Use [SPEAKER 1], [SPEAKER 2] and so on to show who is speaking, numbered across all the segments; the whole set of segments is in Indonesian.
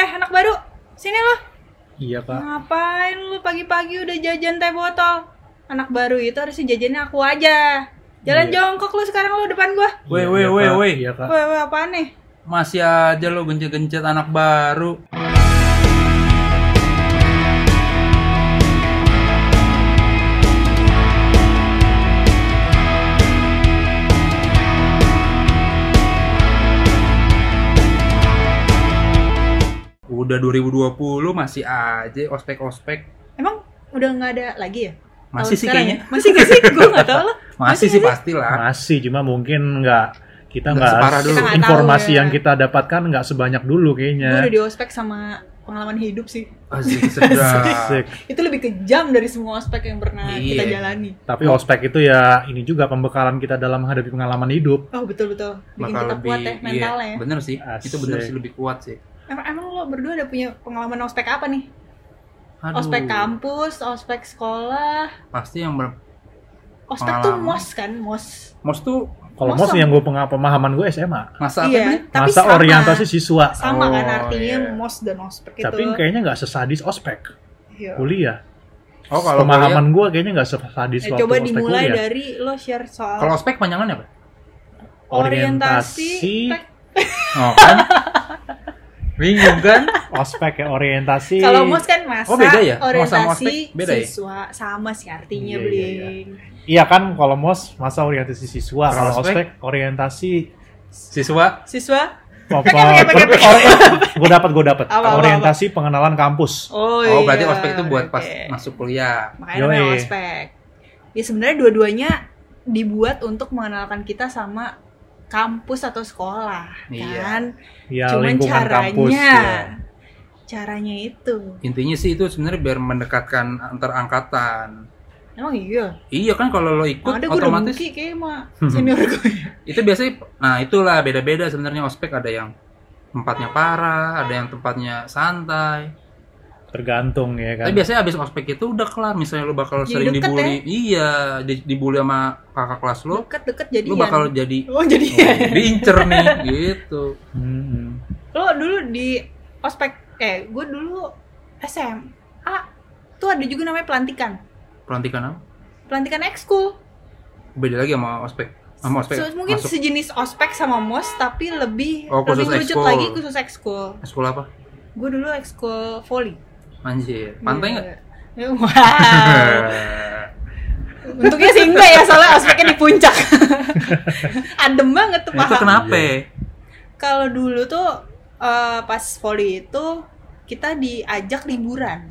[SPEAKER 1] Eh, anak baru. Sini lo.
[SPEAKER 2] Iya kak.
[SPEAKER 1] Ngapain lu pagi-pagi udah jajan teh botol? Anak baru itu harusnya jajannya aku aja. Jalan
[SPEAKER 2] Iya.
[SPEAKER 1] jongkok lu sekarang lu depan gua.
[SPEAKER 3] Woi,
[SPEAKER 2] Iya,
[SPEAKER 3] woi,
[SPEAKER 2] iya,
[SPEAKER 3] woi,
[SPEAKER 2] Kak.
[SPEAKER 3] woi.
[SPEAKER 2] Iya kak.
[SPEAKER 1] Wah, wah, apaan nih?
[SPEAKER 3] Masih aja lo gencet-gencet anak baru. Udah 2020 masih aja ospek-ospek.
[SPEAKER 1] Emang udah nggak ada lagi ya?
[SPEAKER 3] Masih
[SPEAKER 1] Tahun
[SPEAKER 3] sih
[SPEAKER 1] sekarang
[SPEAKER 3] kayaknya.
[SPEAKER 1] ya? Masih nggak sih? Gue nggak tahu lah.
[SPEAKER 3] Masih sih pastilah.
[SPEAKER 2] Masih cuma mungkin nggak kita
[SPEAKER 3] Nggak
[SPEAKER 2] nggak
[SPEAKER 3] separah dulu. Kita
[SPEAKER 1] nggak tahu,
[SPEAKER 2] informasi
[SPEAKER 1] ya.
[SPEAKER 2] yang kita dapatkan nggak sebanyak dulu
[SPEAKER 1] Gue udah
[SPEAKER 3] Iya.
[SPEAKER 2] kayaknya.
[SPEAKER 1] diospek sama pengalaman hidup sih.
[SPEAKER 3] Asik sedap.
[SPEAKER 2] Asik.
[SPEAKER 1] Itu lebih kejam dari semua ospek yang pernah kita
[SPEAKER 3] Iya.
[SPEAKER 1] jalani.
[SPEAKER 2] Tapi ospek itu ya ini juga pembekalan kita dalam menghadapi pengalaman hidup.
[SPEAKER 1] Oh betul betul. Bikin
[SPEAKER 3] Bakal
[SPEAKER 1] kita
[SPEAKER 3] lebih
[SPEAKER 1] kuat ya mentalnya.
[SPEAKER 3] iya,
[SPEAKER 1] ya.
[SPEAKER 3] Bener sih. Itu bener
[SPEAKER 2] Asik.
[SPEAKER 3] sih lebih kuat sih.
[SPEAKER 1] Emang, emang lo berdua ada punya pengalaman ospek apa nih?
[SPEAKER 3] Aduh,
[SPEAKER 1] Ospek kampus, ospek sekolah,
[SPEAKER 3] Pasti yang ber-
[SPEAKER 1] ospek tuh
[SPEAKER 3] Pengalaman.
[SPEAKER 1] mos kan, mos.
[SPEAKER 3] mos tuh
[SPEAKER 2] Kalau
[SPEAKER 1] Masa-
[SPEAKER 2] mos yang gue peng- pemahaman gue SMA.
[SPEAKER 3] masa apa nih?
[SPEAKER 1] iya, tapi
[SPEAKER 2] Masa
[SPEAKER 1] sama.
[SPEAKER 2] orientasi siswa.
[SPEAKER 1] sama kan
[SPEAKER 3] Oh,
[SPEAKER 1] artinya
[SPEAKER 3] iya.
[SPEAKER 1] mos dan ospek itu.
[SPEAKER 2] Tapi kayaknya nggak sesadis ospek
[SPEAKER 1] Iya.
[SPEAKER 2] kuliah.
[SPEAKER 3] Oh kalau
[SPEAKER 2] pemahaman gue kayaknya nggak sesadis
[SPEAKER 1] Eh,
[SPEAKER 2] waktu
[SPEAKER 1] coba
[SPEAKER 2] ospek
[SPEAKER 1] dimulai
[SPEAKER 2] kuliah.
[SPEAKER 1] dari lo share
[SPEAKER 3] kuliah-
[SPEAKER 1] soal
[SPEAKER 3] kalau ospek panjangannya apa?
[SPEAKER 1] orientasi.
[SPEAKER 2] orientasi-
[SPEAKER 1] tek-
[SPEAKER 3] Oh kan? Bingung kan?
[SPEAKER 2] Ospek ya orientasi.
[SPEAKER 1] Kalau mos kan masa,
[SPEAKER 3] Oh, beda ya? Mos
[SPEAKER 1] orientasi
[SPEAKER 3] sama ospek beda ya?
[SPEAKER 1] siswa sama sih artinya
[SPEAKER 2] Iya,
[SPEAKER 1] beli.
[SPEAKER 2] iya, Iya kan kalau mos masa orientasi siswa, kalau
[SPEAKER 3] Kalau
[SPEAKER 2] ospek
[SPEAKER 3] ospek?
[SPEAKER 2] orientasi
[SPEAKER 3] Siswa
[SPEAKER 1] Siswa?
[SPEAKER 2] apa?
[SPEAKER 1] Pakai, pakai, Kan pakai, pakai.
[SPEAKER 2] Gue dapat, gue dapat.
[SPEAKER 1] Apa, apa, apa?
[SPEAKER 2] Orientasi pengenalan kampus.
[SPEAKER 1] Oh,
[SPEAKER 3] Oh, berarti
[SPEAKER 1] iya,
[SPEAKER 3] ospek itu buat pas
[SPEAKER 1] oke.
[SPEAKER 3] masuk kuliah.
[SPEAKER 1] Makanya namanya
[SPEAKER 2] Yoi.
[SPEAKER 1] ospek. Ya sebenarnya dua-duanya dibuat untuk mengenalkan kita sama kampus atau sekolah
[SPEAKER 3] Iya.
[SPEAKER 1] kan.
[SPEAKER 2] Ya
[SPEAKER 1] Cuman
[SPEAKER 2] lingkungan
[SPEAKER 1] caranya,
[SPEAKER 2] kampus. ya.
[SPEAKER 1] caranya itu.
[SPEAKER 3] Intinya sih itu sebenarnya biar mendekatkan antar angkatan.
[SPEAKER 1] Emang iya.
[SPEAKER 3] Iya kan kalau lo ikut
[SPEAKER 1] Ada gue udah
[SPEAKER 3] otomatis Hmm.
[SPEAKER 1] mungkin kayak mah senior gue.
[SPEAKER 3] itu biasanya nah itulah beda-beda sebenarnya ospek ada yang tempatnya parah, ada yang tempatnya santai.
[SPEAKER 2] Tergantung ya kan.
[SPEAKER 3] Tapi biasanya abis ospek itu udah kelar. Misalnya lo bakal
[SPEAKER 1] Jadi
[SPEAKER 3] sering
[SPEAKER 1] deket ya?
[SPEAKER 3] dibully, iya, di- dibully sama kakak kelas lo,
[SPEAKER 1] Deket-deket jadi
[SPEAKER 3] lo bakal jadi
[SPEAKER 1] Oh jadi
[SPEAKER 3] oh, diincer nih, gitu.
[SPEAKER 2] Hmm.
[SPEAKER 1] lo
[SPEAKER 3] Oh.
[SPEAKER 1] dulu di ospek eh gue dulu SMA tuh ada juga namanya pelantikan
[SPEAKER 3] Pelantikan apa?
[SPEAKER 1] pelantikan ekskul
[SPEAKER 3] Beda lagi sama ospek, sama ospek. ya?
[SPEAKER 1] So, mungkin
[SPEAKER 3] Masuk
[SPEAKER 1] sejenis ospek sama mos tapi lebih
[SPEAKER 3] Oh, khusus
[SPEAKER 1] lebih merucut
[SPEAKER 3] ekskul.
[SPEAKER 1] lagi khusus ekskul
[SPEAKER 3] sekolah apa?
[SPEAKER 1] gue dulu ekskul volley
[SPEAKER 3] Anjir, pantai nggak?
[SPEAKER 1] Iya. Wow. Untungnya sih enggak ya soalnya ospeknya di puncak. Adem banget tuh
[SPEAKER 3] Nah, itu
[SPEAKER 1] paha.
[SPEAKER 3] kenapa?
[SPEAKER 1] Kalau dulu tuh eh, pas volley itu kita diajak liburan.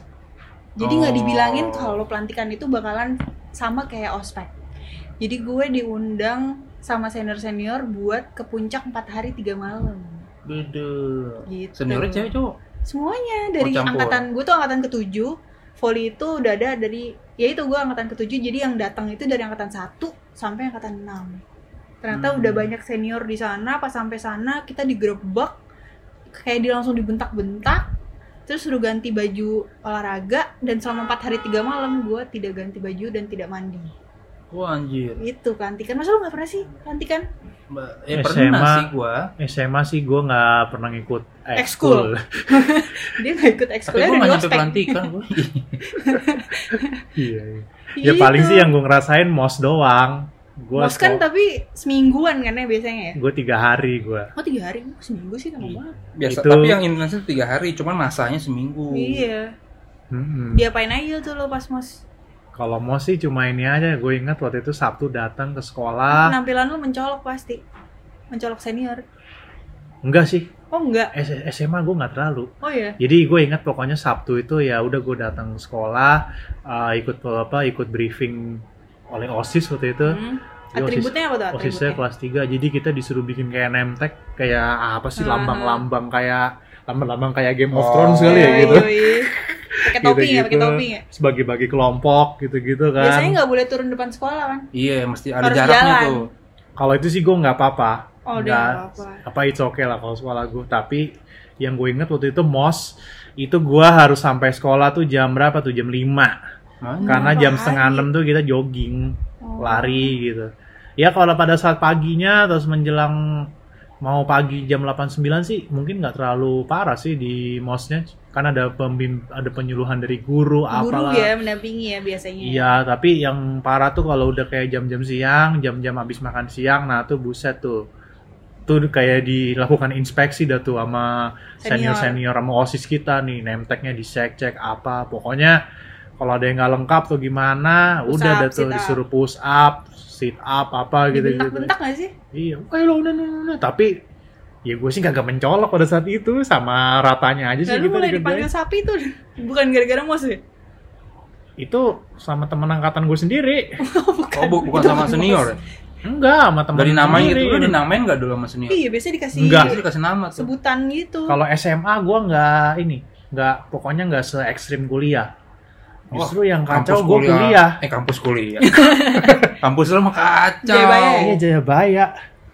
[SPEAKER 1] Jadi nggak
[SPEAKER 3] Oh.
[SPEAKER 1] dibilangin kalau pelantikan itu bakalan sama kayak ospek. Jadi gue diundang sama senior-senior buat ke puncak 4 hari 3 malam.
[SPEAKER 3] Beda.
[SPEAKER 1] Gitu.
[SPEAKER 3] Seniornya cewek cowok.
[SPEAKER 1] Semuanya dari
[SPEAKER 3] Oh, campur.
[SPEAKER 1] angkatan gue tuh angkatan ketujuh. Volley itu udah ada dari ya itu gue angkatan ketujuh jadi yang datang itu dari angkatan 1 sampai angkatan 6 ternyata
[SPEAKER 3] Hmm.
[SPEAKER 1] udah banyak senior di sana pas sampai sana kita digerebek kayak di langsung dibentak-bentak terus suruh ganti baju olahraga dan selama empat hari tiga malam gue tidak ganti baju dan tidak mandi
[SPEAKER 3] Wah anjir.
[SPEAKER 1] itu pelantikan masa lu nggak pernah sih kan? pelantikan
[SPEAKER 3] Ba- Eh,
[SPEAKER 2] SMA.
[SPEAKER 3] pernah sih gua,
[SPEAKER 2] SMA sih gue nggak pernah ngikut
[SPEAKER 1] Ekskul.
[SPEAKER 2] ekskul.
[SPEAKER 1] dia nggak ikut
[SPEAKER 3] tapi
[SPEAKER 1] ekskulnya
[SPEAKER 3] gua
[SPEAKER 1] udah di
[SPEAKER 3] nggak nyampe
[SPEAKER 1] ospek
[SPEAKER 3] pelantikan gua.
[SPEAKER 2] Iya. iya. Ya
[SPEAKER 1] Gitu.
[SPEAKER 2] paling sih yang gue ngerasain mos doang. Gue
[SPEAKER 1] Mos kan tapi semingguan kan ya biasanya ya
[SPEAKER 2] gue tiga hari gue.
[SPEAKER 1] oh tiga hari Oh, seminggu sih
[SPEAKER 2] Iya.
[SPEAKER 1] lama banget
[SPEAKER 3] Biasa,
[SPEAKER 2] Itu-
[SPEAKER 3] tapi yang intensif tiga hari, cuman masanya seminggu.
[SPEAKER 1] iya
[SPEAKER 2] Hmm.
[SPEAKER 1] diapain aja tuh lo pas mos
[SPEAKER 2] Kalau mau sih cuma ini aja, gue ingat waktu itu Sabtu datang ke sekolah.
[SPEAKER 1] penampilan lo mencolok pasti mencolok senior
[SPEAKER 2] Enggak sih,
[SPEAKER 1] oh enggak
[SPEAKER 2] S- SMA gue nggak terlalu.
[SPEAKER 1] oh ya
[SPEAKER 2] Jadi gue ingat pokoknya Sabtu itu ya udah gue datang ke sekolah, eh, ikut apa, ikut briefing oleh OSIS waktu itu.
[SPEAKER 1] Hmm. Atributnya apa tuh
[SPEAKER 2] Iya. OSISnya
[SPEAKER 1] atributnya?
[SPEAKER 2] kelas 3, jadi kita disuruh bikin kayak nemtek, kayak apa sih
[SPEAKER 1] Ah.
[SPEAKER 2] lambang-lambang kayak lambang-lambang kayak Game of
[SPEAKER 3] Oh.
[SPEAKER 2] Thrones kali ya
[SPEAKER 1] Yoi,
[SPEAKER 2] gitu.
[SPEAKER 1] yoi. Iya, Pakai topping ya, pakai
[SPEAKER 2] Gitu-gitu.
[SPEAKER 1] topping ya.
[SPEAKER 2] Sebagai-bagi kelompok gitu-gitu kan.
[SPEAKER 1] Biasanya nggak boleh turun depan sekolah kan?
[SPEAKER 3] Iya, mesti ada
[SPEAKER 1] Harus
[SPEAKER 3] jaraknya
[SPEAKER 1] jalan.
[SPEAKER 3] tuh.
[SPEAKER 2] Kalau itu sih gue nggak apa-apa.
[SPEAKER 1] Oh, udah
[SPEAKER 2] Nggak-
[SPEAKER 1] nggak apa-apa.
[SPEAKER 2] Apa it's okay lah kalau sekolah gue. Tapi yang gue inget waktu itu mos itu gue harus sampai sekolah tuh jam berapa tuh jam 5
[SPEAKER 3] Mana?
[SPEAKER 2] karena
[SPEAKER 1] Lima
[SPEAKER 2] jam
[SPEAKER 1] pagi.
[SPEAKER 2] setengah enam tuh kita jogging
[SPEAKER 1] Oh.
[SPEAKER 2] lari gitu ya kalau pada saat paginya terus menjelang mau pagi jam 8-9 sih mungkin nggak terlalu parah sih di mosnya kan ada pembim ada penyuluhan dari
[SPEAKER 1] guru
[SPEAKER 2] guru, apalah
[SPEAKER 1] ya mendampingi ya biasanya
[SPEAKER 2] Iya, tapi yang parah tuh kalau udah kayak jam-jam siang, jam-jam habis makan siang, nah tuh buset tuh. Tuh kayak dilakukan inspeksi dah tuh sama
[SPEAKER 1] Senior.
[SPEAKER 2] senior-senior sama OSIS kita nih, nemteknya dicek-cek apa. Pokoknya kalau ada yang nggak lengkap tuh gimana,
[SPEAKER 1] Push
[SPEAKER 2] udah
[SPEAKER 1] up,
[SPEAKER 2] dah tuh
[SPEAKER 1] sit up.
[SPEAKER 2] disuruh push up, sit up apa gitu gitu.
[SPEAKER 1] dibentak-bentak nggak sih
[SPEAKER 2] Iya, kayak lo udah tapi ya gue sih kagak mencolok pada saat itu sama ratanya aja sih
[SPEAKER 1] lalu mulai
[SPEAKER 2] kita gitu dikerjain.
[SPEAKER 1] dipanggil sapi tuh bukan gara-gara mos ya
[SPEAKER 2] Itu sama temen angkatan gue sendiri.
[SPEAKER 3] Oh, bu- bukan sama senior. ya?
[SPEAKER 2] Enggak, sama teman
[SPEAKER 3] Dari namanya
[SPEAKER 2] sendiri.
[SPEAKER 3] gitu, lu dinamain nggak dulu sama senior?
[SPEAKER 1] iya biasanya dikasih
[SPEAKER 2] Enggak.
[SPEAKER 3] Biasanya dikasih nama tuh.
[SPEAKER 1] sebutan gitu
[SPEAKER 2] Kalau SMA gua nggak ini, nggak pokoknya nggak se ekstrim kuliah.
[SPEAKER 3] Wah,
[SPEAKER 2] Justru yang kacau gua kuliah.
[SPEAKER 3] Eh kampus kuliah. kampus lu mah kacau.
[SPEAKER 1] Jayabaya
[SPEAKER 2] Iya Jayabaya.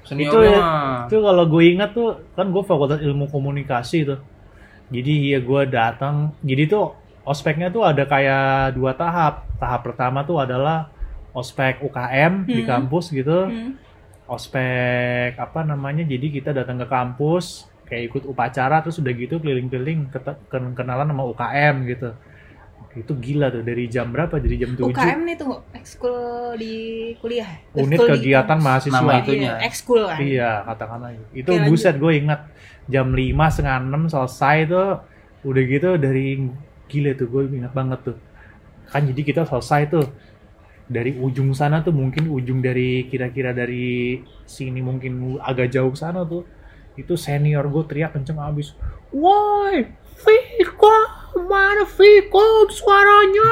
[SPEAKER 2] Itu
[SPEAKER 3] Seniornya
[SPEAKER 2] ya.
[SPEAKER 3] mah.
[SPEAKER 2] Itu kalau gue ingat tuh kan gue fakultas ilmu komunikasi tuh. Jadi ya gua datang. Jadi tuh ospeknya tuh ada kayak dua tahap. Tahap pertama tuh adalah ospek UKM di
[SPEAKER 1] Hmm.
[SPEAKER 2] kampus gitu.
[SPEAKER 1] Hmm.
[SPEAKER 2] ospek apa namanya jadi kita datang ke kampus kayak ikut upacara terus udah gitu keliling-keliling kete- ken- kenalan sama UKM gitu itu gila tuh dari jam berapa dari jam 7
[SPEAKER 1] UKM nih tuh ekskul di kuliah
[SPEAKER 2] unit
[SPEAKER 1] Ekskul di-
[SPEAKER 2] kegiatan mahasiswa
[SPEAKER 3] Nama itu.
[SPEAKER 1] Iya, ekskul kan
[SPEAKER 2] iya katakanlah itu
[SPEAKER 1] Oke, lanjut.
[SPEAKER 2] buset gue ingat jam 5 setengah 6 selesai tuh udah gitu dari gila tuh gue ingat banget tuh kan jadi kita selesai tuh dari ujung sana tuh mungkin ujung dari kira-kira dari sini mungkin agak jauh ke sana tuh itu senior gue teriak kenceng abis woi Viko mana Viko suaranya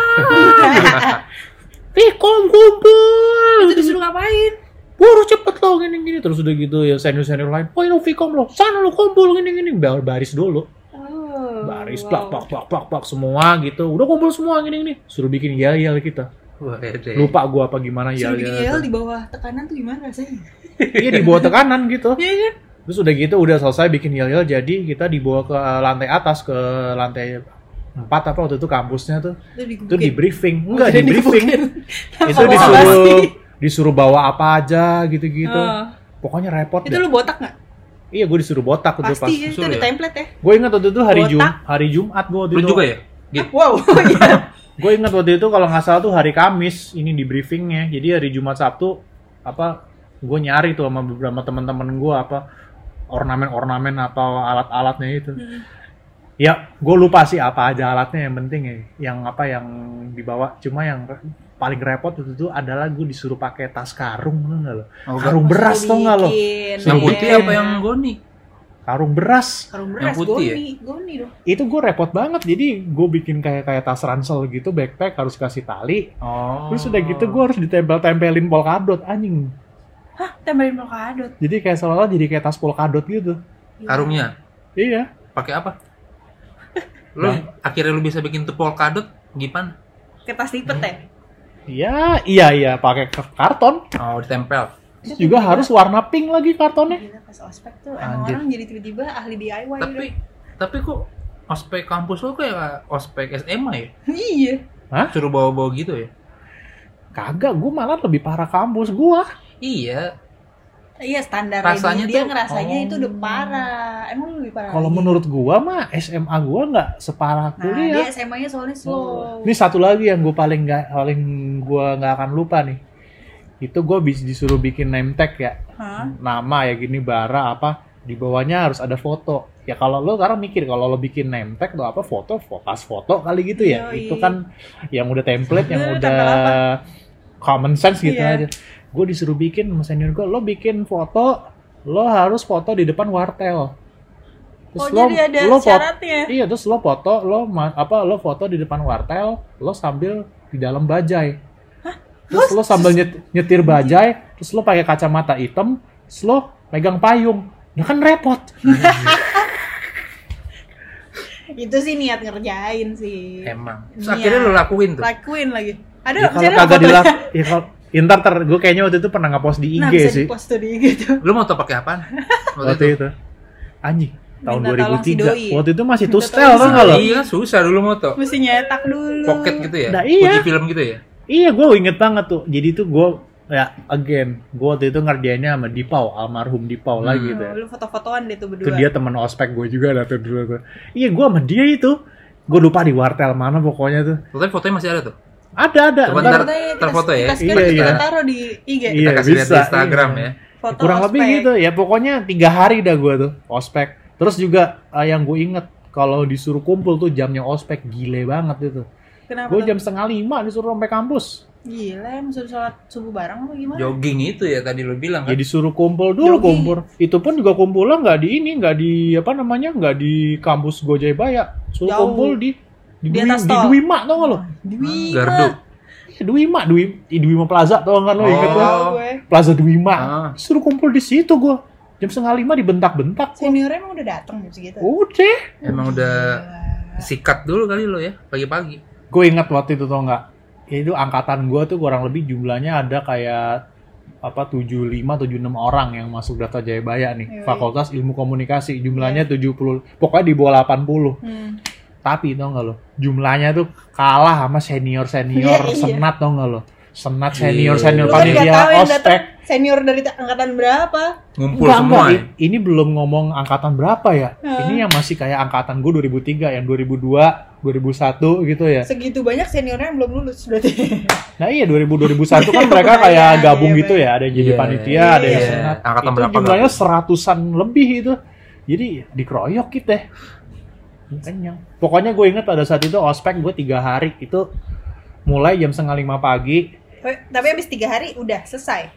[SPEAKER 2] Viko kumpul
[SPEAKER 1] itu disuruh ngapain
[SPEAKER 2] buru cepet lo gini gini terus udah gitu ya senior senior lain woi lo Vkom lo sana lo kumpul gini gini Bar- baris dulu
[SPEAKER 1] Oh,
[SPEAKER 2] baris plak
[SPEAKER 1] wow.
[SPEAKER 2] plak plak plak plak semua gitu udah kumpul semua gini gini suruh bikin yel yel kita
[SPEAKER 3] Wah, ede.
[SPEAKER 2] lupa gua apa gimana
[SPEAKER 1] Suruh
[SPEAKER 2] yel
[SPEAKER 1] bikin yel
[SPEAKER 2] yel
[SPEAKER 1] di bawah tekanan tuh gimana rasanya?
[SPEAKER 2] iya dibawa tekanan gitu
[SPEAKER 1] Iya kan?
[SPEAKER 2] terus udah gitu udah selesai bikin yel yel jadi kita dibawa ke eh, lantai atas ke lantai empat apa waktu itu kampusnya tuh
[SPEAKER 1] Itu
[SPEAKER 2] itu di
[SPEAKER 1] digebukin.
[SPEAKER 2] briefing enggak
[SPEAKER 1] Oh, Jadi
[SPEAKER 2] di briefing
[SPEAKER 1] digebukin.
[SPEAKER 2] itu
[SPEAKER 1] Sama basi.
[SPEAKER 2] disuruh disuruh bawa apa aja gitu gitu
[SPEAKER 1] Oh.
[SPEAKER 2] pokoknya repot
[SPEAKER 1] Itu
[SPEAKER 2] dah.
[SPEAKER 1] lu botak nggak?
[SPEAKER 2] iya gue disuruh botak tuh pas
[SPEAKER 1] Pasti ya, itu ada
[SPEAKER 3] Suruh ya?
[SPEAKER 1] template ya.
[SPEAKER 2] Gue ingat waktu itu hari
[SPEAKER 1] Botak.
[SPEAKER 2] Jum, hari Jumat gue waktu
[SPEAKER 3] Lu
[SPEAKER 2] itu.
[SPEAKER 3] juga ya? Gitu.
[SPEAKER 1] Wow, iya.
[SPEAKER 2] Gue ingat waktu itu kalau nggak salah tuh hari Kamis ini di briefingnya. Jadi hari Jumat Sabtu apa gue nyari tuh sama beberapa teman-teman gue apa ornamen-ornamen apa alat-alatnya itu.
[SPEAKER 1] Hmm.
[SPEAKER 2] Ya, gue lupa sih apa aja alatnya yang penting ya. Yang apa yang dibawa cuma yang re- paling repot waktu itu adalah gue disuruh pakai tas karung tau nggak lo?
[SPEAKER 3] Oh, enggak.
[SPEAKER 2] Karung beras tau nggak lo?
[SPEAKER 1] Bikin,
[SPEAKER 3] Yang
[SPEAKER 1] iya.
[SPEAKER 3] putih apa yang goni?
[SPEAKER 2] Karung beras.
[SPEAKER 1] Karung
[SPEAKER 3] Yang
[SPEAKER 1] beras,
[SPEAKER 3] putih ya?
[SPEAKER 1] goni, goni dong.
[SPEAKER 2] Itu gue repot banget. Jadi gue bikin kayak kayak tas ransel gitu, backpack harus kasih tali.
[SPEAKER 3] Oh.
[SPEAKER 2] Terus udah gitu gue harus ditempel-tempelin polkadot anjing.
[SPEAKER 1] Hah, tempelin polkadot.
[SPEAKER 2] Jadi kayak seolah-olah jadi kayak tas polkadot gitu.
[SPEAKER 3] karungnya
[SPEAKER 2] Iya.
[SPEAKER 3] pakai apa? Lu
[SPEAKER 2] Nah.
[SPEAKER 3] akhirnya lu bisa bikin tepol kadut gimana?
[SPEAKER 1] Kertas lipet ya?
[SPEAKER 2] Iya, iya, iya. Pakai ke- karton.
[SPEAKER 3] Oh, ditempel.
[SPEAKER 2] Terus juga harus warna pink lagi kartonnya.
[SPEAKER 1] Gila, pas ospek tuh emang
[SPEAKER 3] Anjir.
[SPEAKER 1] orang jadi tiba-tiba ahli DIY
[SPEAKER 3] Tapi tapi kok ospek kampus lu kayak ospek SMA ya?
[SPEAKER 1] udah. Iya.
[SPEAKER 3] Suruh bawa-bawa gitu ya?
[SPEAKER 2] Kagak, gue malah lebih parah kampus gue.
[SPEAKER 3] Iya,
[SPEAKER 1] Iya standar
[SPEAKER 3] Rasanya
[SPEAKER 1] dia
[SPEAKER 3] tuh-
[SPEAKER 1] ngerasanya itu udah
[SPEAKER 3] oh.
[SPEAKER 1] parah. Emang lu lebih parah.
[SPEAKER 2] Kalau
[SPEAKER 1] lagi?
[SPEAKER 2] menurut gue mah SMA gue nggak separah
[SPEAKER 1] Iya. Nah, dia
[SPEAKER 2] kuliah.
[SPEAKER 1] SMA-nya soalnya slow.
[SPEAKER 2] ya? Oh. Ini satu lagi yang gue paling nggak paling gue nggak akan lupa nih. Itu gue bis disuruh bikin name tag ya.
[SPEAKER 1] Hah?
[SPEAKER 2] nama ya gini bara apa di bawahnya harus ada foto ya kalau lo sekarang mikir kalau lo bikin name tag atau apa foto fo- pas foto kali gitu ya
[SPEAKER 1] Yoi.
[SPEAKER 2] itu kan yang udah template yang
[SPEAKER 1] Eh,
[SPEAKER 2] udah
[SPEAKER 1] tempel apa?
[SPEAKER 2] common sense gitu
[SPEAKER 1] Iya.
[SPEAKER 2] aja gue disuruh bikin sama senior gue lo bikin foto lo harus foto di depan wartel
[SPEAKER 1] Oh,
[SPEAKER 2] terus lo
[SPEAKER 1] jadi ada
[SPEAKER 2] lo foto
[SPEAKER 1] syaratnya.
[SPEAKER 2] iya terus lo foto lo ma- apa lo foto di depan wartel lo sambil di dalam bajai terus lo sambil nyet- nyetir bajai terus lo pakai kacamata hitam terus lo megang payung ya kan repot
[SPEAKER 1] Itu sih niat ngerjain sih.
[SPEAKER 3] emang. Terus
[SPEAKER 1] Iya.
[SPEAKER 3] akhirnya lu lakuin tuh.
[SPEAKER 1] Lakuin lagi. Ada
[SPEAKER 2] ya, kalau
[SPEAKER 1] misalnya Nah,
[SPEAKER 2] kagak
[SPEAKER 1] fotonya.
[SPEAKER 2] dilak ya kalau Intar ter, gue kayaknya waktu itu pernah ngepost di IG
[SPEAKER 1] Nah, bisa
[SPEAKER 2] sih
[SPEAKER 1] di post tuh di gitu.
[SPEAKER 3] Lu mau tau pakai apaan?
[SPEAKER 2] waktu itu. Anjing, tahun
[SPEAKER 1] Minta tolong si
[SPEAKER 2] 2003.
[SPEAKER 1] doi.
[SPEAKER 2] waktu itu masih
[SPEAKER 1] Minta
[SPEAKER 2] tustel
[SPEAKER 1] tolong
[SPEAKER 2] tau
[SPEAKER 1] si
[SPEAKER 2] nggak lo?
[SPEAKER 3] Iya, susah dulu moto.
[SPEAKER 1] Mesti nyetak dulu.
[SPEAKER 3] Pocket gitu ya.
[SPEAKER 2] Nah, iya.
[SPEAKER 3] Kunci film gitu ya.
[SPEAKER 2] Iya, gue inget banget tuh. Jadi tuh gue ya again gue waktu itu ngerjainnya sama Dipau almarhum Dipau lah
[SPEAKER 3] Hmm.
[SPEAKER 2] gitu ya.
[SPEAKER 1] Lu foto-fotoan deh tuh
[SPEAKER 2] itu
[SPEAKER 1] berdua.
[SPEAKER 2] dia temen ospek gue juga lah tuh dulu tuh iya gue sama dia itu gue lupa di wartel mana pokoknya tuh
[SPEAKER 3] Tapi fotonya masih ada tuh.
[SPEAKER 2] ada ada
[SPEAKER 3] Coba
[SPEAKER 2] ntar-
[SPEAKER 3] ntar- terfoto ya?
[SPEAKER 1] Kita,
[SPEAKER 2] Iya,
[SPEAKER 1] kita, kita
[SPEAKER 2] iya.
[SPEAKER 1] taruh di IG.
[SPEAKER 2] Iya,
[SPEAKER 3] Kita kasih lihat di
[SPEAKER 2] bisa,
[SPEAKER 3] Instagram
[SPEAKER 2] iya.
[SPEAKER 3] ya.
[SPEAKER 1] Foto
[SPEAKER 2] kurang lebih
[SPEAKER 1] ospek.
[SPEAKER 2] gitu ya pokoknya tiga hari dah gue tuh ospek terus juga eh, yang gue inget kalau disuruh kumpul tuh jamnya ospek gile banget itu
[SPEAKER 1] Kenapa?
[SPEAKER 2] gue
[SPEAKER 1] tuh?
[SPEAKER 2] jam setengah lima disuruh sampai kampus
[SPEAKER 1] Gila, emang suruh sholat subuh bareng apa gimana?
[SPEAKER 3] Jogging itu ya tadi lu bilang
[SPEAKER 2] ya
[SPEAKER 3] kan.
[SPEAKER 2] disuruh kumpul dulu
[SPEAKER 1] Jogging.
[SPEAKER 2] kumpul itu pun juga kumpulnya nggak di ini nggak di apa namanya nggak di kampus Gojebaya suruh
[SPEAKER 1] Jauh.
[SPEAKER 2] kumpul di di,
[SPEAKER 1] Di
[SPEAKER 2] Dwi-
[SPEAKER 1] atas
[SPEAKER 2] di
[SPEAKER 1] tol.
[SPEAKER 2] Dwima tau gak Oh, lo
[SPEAKER 1] Dwi.
[SPEAKER 3] Gardu.
[SPEAKER 2] Iya, Dwima Dwi di Dwima Plaza tau gak lo
[SPEAKER 3] Oh.
[SPEAKER 2] inget lo
[SPEAKER 1] Tahu gue.
[SPEAKER 2] Plaza Dwima
[SPEAKER 3] Ah,
[SPEAKER 2] suruh kumpul di situ gue jam setengah lima dibentak-bentak
[SPEAKER 1] Seniornya emang udah datang jam segitu.
[SPEAKER 2] udah
[SPEAKER 3] emang udah
[SPEAKER 1] Gila.
[SPEAKER 3] sikat dulu kali lo ya pagi-pagi.
[SPEAKER 2] gue ingat waktu itu tau nggak ya itu angkatan gue tuh kurang lebih jumlahnya ada kayak apa 75 76 orang yang masuk daftar Jayabaya
[SPEAKER 1] Yoi.
[SPEAKER 2] nih Fakultas Ilmu Komunikasi jumlahnya
[SPEAKER 1] Iya.
[SPEAKER 2] 70 pokoknya di bawah 80
[SPEAKER 1] Hmm.
[SPEAKER 2] tapi tau nggak lo jumlahnya tuh kalah sama senior senior
[SPEAKER 1] Iya, iya.
[SPEAKER 2] senat tau nggak lo senat
[SPEAKER 3] Iya.
[SPEAKER 2] senior senior
[SPEAKER 1] Lu kan nggak tahu
[SPEAKER 2] panitia
[SPEAKER 1] yang datang
[SPEAKER 2] ospek
[SPEAKER 1] senior dari ta- angkatan berapa?
[SPEAKER 3] Ngumpul
[SPEAKER 2] Enggak,
[SPEAKER 3] semua.
[SPEAKER 2] enggak.
[SPEAKER 3] ya.
[SPEAKER 2] I- Ini belum ngomong angkatan berapa ya?
[SPEAKER 1] Heeh.
[SPEAKER 2] Ini yang masih kayak angkatan gue 2003, yang 2002, 2001 gitu ya.
[SPEAKER 1] Segitu banyak seniornya yang belum lulus berarti.
[SPEAKER 2] Nah iya 2000 2001 kan
[SPEAKER 1] Iya,
[SPEAKER 2] mereka
[SPEAKER 1] banyak,
[SPEAKER 2] kayak
[SPEAKER 1] iya,
[SPEAKER 2] gabung
[SPEAKER 1] banyak.
[SPEAKER 2] gitu ya, ada yang jadi
[SPEAKER 3] Iya,
[SPEAKER 2] panitia,
[SPEAKER 3] iya,
[SPEAKER 2] ada yang
[SPEAKER 1] iya.
[SPEAKER 2] senat.
[SPEAKER 3] Angkatan
[SPEAKER 2] itu
[SPEAKER 3] berapa
[SPEAKER 2] jumlahnya
[SPEAKER 3] gabung?
[SPEAKER 2] seratusan lebih itu. Jadi dikeroyok kita. Kenyang. Pokoknya gue inget pada saat itu ospek gue tiga hari itu mulai jam setengah lima pagi
[SPEAKER 1] tapi, tapi habis tiga hari udah selesai.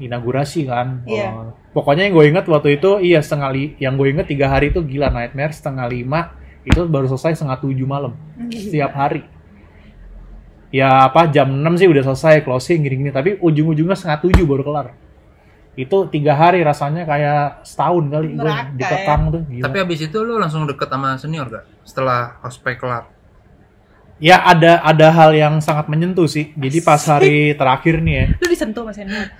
[SPEAKER 2] inaugurasi kan.
[SPEAKER 1] Iya.
[SPEAKER 2] Oh. Pokoknya yang gue inget waktu itu iya setengah li yang gue inget tiga hari itu gila nightmare setengah lima itu baru selesai setengah tujuh malam
[SPEAKER 1] Iya.
[SPEAKER 2] setiap hari. Ya apa jam 6 sih udah selesai closing gini-gini tapi ujung-ujungnya setengah tujuh baru kelar. Itu tiga hari rasanya kayak setahun kali gue
[SPEAKER 1] Neraka
[SPEAKER 2] dikekang tuh. gila.
[SPEAKER 3] Tapi abis itu lo langsung deket sama senior gak? Setelah ospek kelar.
[SPEAKER 2] Ya ada ada hal yang sangat menyentuh sih. Jadi pas hari terakhir nih ya
[SPEAKER 1] Lu disentuh sama senior.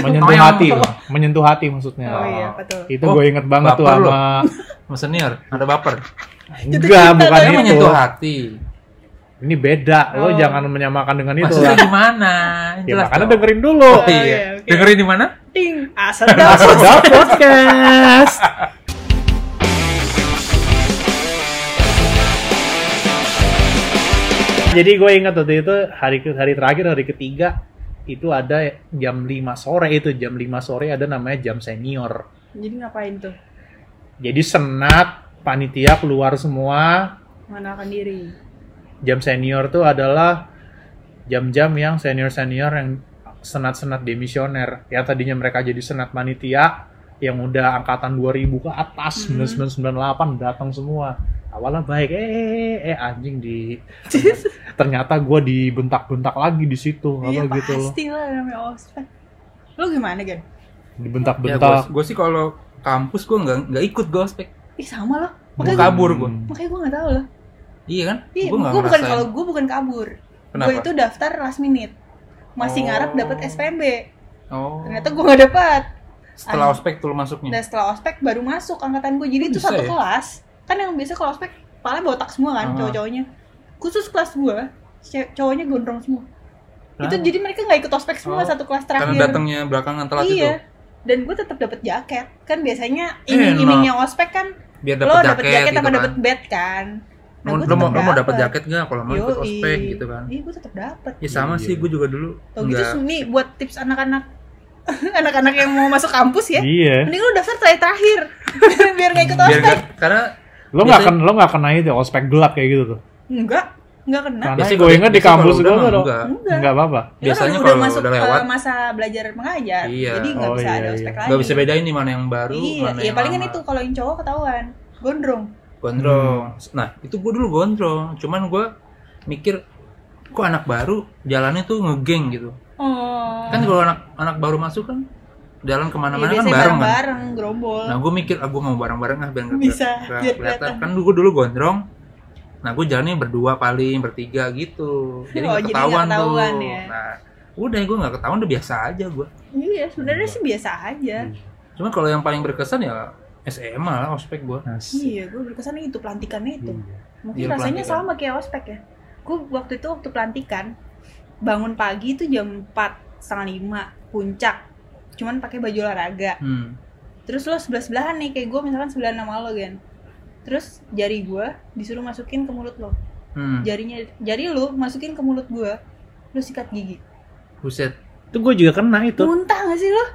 [SPEAKER 2] menyentuh
[SPEAKER 3] Toyong.
[SPEAKER 2] hati, loh. menyentuh hati maksudnya.
[SPEAKER 1] Oh iya, apa tuh?
[SPEAKER 2] Itu
[SPEAKER 3] Oh,
[SPEAKER 2] gue inget banget tuh
[SPEAKER 3] baper lo.
[SPEAKER 2] sama
[SPEAKER 3] Sama senior, ada baper.
[SPEAKER 2] Enggak,
[SPEAKER 1] cinta
[SPEAKER 2] bukan
[SPEAKER 1] tuh,
[SPEAKER 3] Dia
[SPEAKER 2] itu.
[SPEAKER 3] menyentuh hati.
[SPEAKER 2] Ini beda. Lo
[SPEAKER 1] Oh.
[SPEAKER 2] jangan menyamakan dengan itu
[SPEAKER 3] Maksudnya
[SPEAKER 2] lah.
[SPEAKER 3] gimana?
[SPEAKER 2] Ya
[SPEAKER 3] Jelas
[SPEAKER 2] makanya
[SPEAKER 3] dong.
[SPEAKER 2] dengerin dulu.
[SPEAKER 3] Oh, iya.
[SPEAKER 1] iya, oke.
[SPEAKER 3] Dengerin di mana?
[SPEAKER 1] Ting, ah, asal
[SPEAKER 2] Masuk
[SPEAKER 1] dapat.
[SPEAKER 2] Dap podcast. Jadi gue ingat waktu itu hari ke- hari terakhir hari ketiga itu ada jam 5 sore itu jam 5 sore ada namanya jam senior.
[SPEAKER 1] Jadi ngapain tuh?
[SPEAKER 2] Jadi senat panitia keluar semua
[SPEAKER 1] Mengenalkan diri.
[SPEAKER 2] jam senior tuh adalah jam-jam yang senior-senior yang senat-senat demisioner yang tadinya mereka jadi senat manitia yang udah angkatan 2000 ke atas
[SPEAKER 1] Hmm.
[SPEAKER 2] 9998 datang semua awalnya baik eh eh, eh, eh, anjing di ternyata gua dibentak-bentak lagi di situ apa
[SPEAKER 1] Iya
[SPEAKER 2] gitu loh
[SPEAKER 1] pasti lah namanya ospek. Lu gimana Gan?
[SPEAKER 3] Ya, gue,
[SPEAKER 2] dibentak-bentak
[SPEAKER 3] gue sih kalau kampus gue nggak nggak ikut gue ospek.
[SPEAKER 1] Ih sama loh.
[SPEAKER 3] Gue
[SPEAKER 1] Makanya,
[SPEAKER 3] kabur gue.
[SPEAKER 2] Hmm.
[SPEAKER 1] makanya gue gak tahu loh.
[SPEAKER 3] Iya kan?
[SPEAKER 1] Iya,
[SPEAKER 3] gue nggak
[SPEAKER 1] gue bukan
[SPEAKER 3] ngerasain.
[SPEAKER 1] kalau gue bukan kabur.
[SPEAKER 3] Kenapa?
[SPEAKER 1] Gue itu daftar last minute. Masih
[SPEAKER 3] Oh.
[SPEAKER 1] ngarep dapat SPMB.
[SPEAKER 3] Oh.
[SPEAKER 1] Ternyata gue gak dapat.
[SPEAKER 3] Setelah
[SPEAKER 1] Aneh.
[SPEAKER 3] ospek tuh lo masuknya.
[SPEAKER 1] Dan setelah ospek baru masuk angkatan gue. Jadi itu
[SPEAKER 3] Hmm. Bisa
[SPEAKER 1] satu
[SPEAKER 3] ya?
[SPEAKER 1] kelas. Kan yang biasa kalau ospek kepala botak semua kan
[SPEAKER 3] Ah.
[SPEAKER 1] cowok-cowoknya. Khusus kelas gue, ce- cowoknya gondrong semua. Itu
[SPEAKER 3] Kenapa?
[SPEAKER 1] jadi mereka nggak ikut ospek semua
[SPEAKER 3] Oh,
[SPEAKER 1] satu kelas
[SPEAKER 3] Karena
[SPEAKER 1] terakhir.
[SPEAKER 3] datangnya belakangan telat
[SPEAKER 1] iya.
[SPEAKER 3] itu.
[SPEAKER 1] Dan gue tetap dapat jaket. Kan biasanya iming-imingnya ospek kan
[SPEAKER 3] Biar
[SPEAKER 1] lo
[SPEAKER 3] dapat
[SPEAKER 1] dapat
[SPEAKER 3] jaket,
[SPEAKER 1] jaket
[SPEAKER 3] gitu
[SPEAKER 1] apa
[SPEAKER 3] kan.
[SPEAKER 1] dapat bed kan.
[SPEAKER 3] Lo, lo mau lo mau dapat jaket nggak kalau mau ikut ospek gitu kan?
[SPEAKER 1] Iya, gue tetap dapat.
[SPEAKER 3] Ya sama
[SPEAKER 2] Iya.
[SPEAKER 3] sih gue juga dulu.
[SPEAKER 1] Tuh gitu
[SPEAKER 3] nggak-
[SPEAKER 1] nih buat tips anak-anak anak-anak yang mau masuk kampus ya.
[SPEAKER 2] iya
[SPEAKER 1] Mending lu daftar terakhir terakhir biar gak ikut
[SPEAKER 3] biar
[SPEAKER 1] ospek.
[SPEAKER 3] nggak- karena
[SPEAKER 2] lo nggak
[SPEAKER 3] Biasanya-
[SPEAKER 2] ken- lo nggak kena itu ospek gelap kayak gitu tuh
[SPEAKER 1] Enggak, enggak kena.
[SPEAKER 2] karena
[SPEAKER 3] biasanya
[SPEAKER 2] gue
[SPEAKER 3] kalau-
[SPEAKER 2] inget di
[SPEAKER 3] biasanya
[SPEAKER 2] kampus
[SPEAKER 3] kalau
[SPEAKER 2] gue
[SPEAKER 3] udah
[SPEAKER 2] tuh
[SPEAKER 3] mah
[SPEAKER 2] lo-
[SPEAKER 3] enggak.
[SPEAKER 1] Enggak.
[SPEAKER 2] nggak apa-apa
[SPEAKER 1] Itu kan
[SPEAKER 3] Biasanya
[SPEAKER 1] udah
[SPEAKER 3] kalau
[SPEAKER 1] masuk
[SPEAKER 3] udah
[SPEAKER 1] ke
[SPEAKER 3] lewat.
[SPEAKER 1] masa belajar mengajar.
[SPEAKER 3] Iya.
[SPEAKER 1] Jadi nggak
[SPEAKER 2] Oh,
[SPEAKER 1] bisa
[SPEAKER 2] iya,
[SPEAKER 1] ada
[SPEAKER 2] iya.
[SPEAKER 1] ospek lagi.
[SPEAKER 3] Gak bisa bedain nih mana yang baru,
[SPEAKER 1] Iya,
[SPEAKER 3] mana
[SPEAKER 1] iya
[SPEAKER 3] yang
[SPEAKER 1] palingan
[SPEAKER 3] lama.
[SPEAKER 1] itu kalau yang cowok ketahuan gondrong.
[SPEAKER 3] Gondrong. Nah, itu gue dulu gondrong. Cuman gue mikir, kok anak baru jalannya tuh ngegeng gitu.
[SPEAKER 1] Oh.
[SPEAKER 3] Kan kalau anak anak baru masuk kan, jalan
[SPEAKER 1] Iya,
[SPEAKER 3] kemana-mana kan
[SPEAKER 1] biasanya
[SPEAKER 3] bareng kan.
[SPEAKER 1] bareng gerombol.
[SPEAKER 3] Nah, gue mikir, ah gue mau bareng-bareng ah biar nggak
[SPEAKER 1] Bisa,
[SPEAKER 3] nggak
[SPEAKER 1] biar
[SPEAKER 3] kelihatan.
[SPEAKER 1] kelihatan.
[SPEAKER 3] Kan gue dulu gondrong. Nah, gue jalannya berdua paling, bertiga gitu. Jadi
[SPEAKER 1] Oh,
[SPEAKER 3] nggak
[SPEAKER 1] jadi nggak
[SPEAKER 3] ketahuan,
[SPEAKER 1] ketahuan
[SPEAKER 3] tuh.
[SPEAKER 1] ya.
[SPEAKER 3] Nah, udah gue nggak ketahuan udah biasa aja gue.
[SPEAKER 1] Iya, sebenarnya sih biasa aja.
[SPEAKER 3] Hmm. Cuman kalau yang paling berkesan ya SMA lah ospek gue.
[SPEAKER 2] Asik.
[SPEAKER 1] Iya, gue berkesan itu pelantikannya itu. Mungkin
[SPEAKER 3] Iya,
[SPEAKER 1] rasanya
[SPEAKER 3] pelantikan.
[SPEAKER 1] sama kayak ospek ya. Gue waktu itu waktu pelantikan bangun pagi itu jam 4 setengah lima puncak cuman pakai baju olahraga
[SPEAKER 3] Hmm.
[SPEAKER 1] terus lo sebelah sebelahan nih kayak gue misalkan sebelah nama lo gen terus jari gue disuruh masukin ke mulut lo
[SPEAKER 3] Hmm.
[SPEAKER 1] jarinya jari lo masukin ke mulut gue lo sikat gigi
[SPEAKER 3] Buset.
[SPEAKER 2] itu gue juga kena itu
[SPEAKER 1] muntah gak sih lo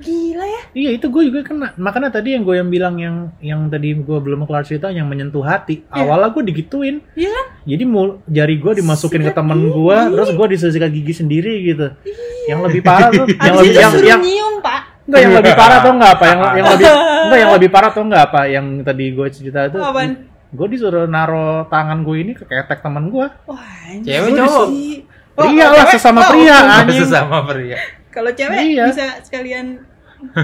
[SPEAKER 1] gila ya
[SPEAKER 2] Iya itu gue juga kena. Makanya tadi yang gue yang bilang yang yang tadi gue belum kelar cerita yang menyentuh hati.
[SPEAKER 1] Iya.
[SPEAKER 2] Awalnya gue digituin.
[SPEAKER 1] Iya
[SPEAKER 2] Jadi mul jari gue dimasukin ke
[SPEAKER 1] Sikat
[SPEAKER 2] temen
[SPEAKER 1] gigi.
[SPEAKER 2] gue, terus gue disuruh sikat gigi sendiri gitu.
[SPEAKER 1] Iya.
[SPEAKER 2] Yang lebih parah tuh, yang
[SPEAKER 1] abis
[SPEAKER 2] lebih
[SPEAKER 1] itu
[SPEAKER 2] yang
[SPEAKER 1] suruh
[SPEAKER 2] yang
[SPEAKER 1] nyium pak
[SPEAKER 2] enggak yang lebih parah tuh enggak apa yang yang lebih enggak yang lebih parah tuh enggak apa yang tadi gue cerita itu.
[SPEAKER 1] Apaan?
[SPEAKER 2] Gue disuruh naro tangan gue ini ke ketek temen gue.
[SPEAKER 1] wah anjing.
[SPEAKER 3] Cewek, cowok?
[SPEAKER 1] Oh,
[SPEAKER 2] Pria lah
[SPEAKER 1] cewek.
[SPEAKER 2] sesama
[SPEAKER 1] Oh,
[SPEAKER 2] pria
[SPEAKER 1] oh.
[SPEAKER 2] anjing.
[SPEAKER 3] Sesama pria.
[SPEAKER 1] kalau cewek
[SPEAKER 2] Iya.
[SPEAKER 1] bisa sekalian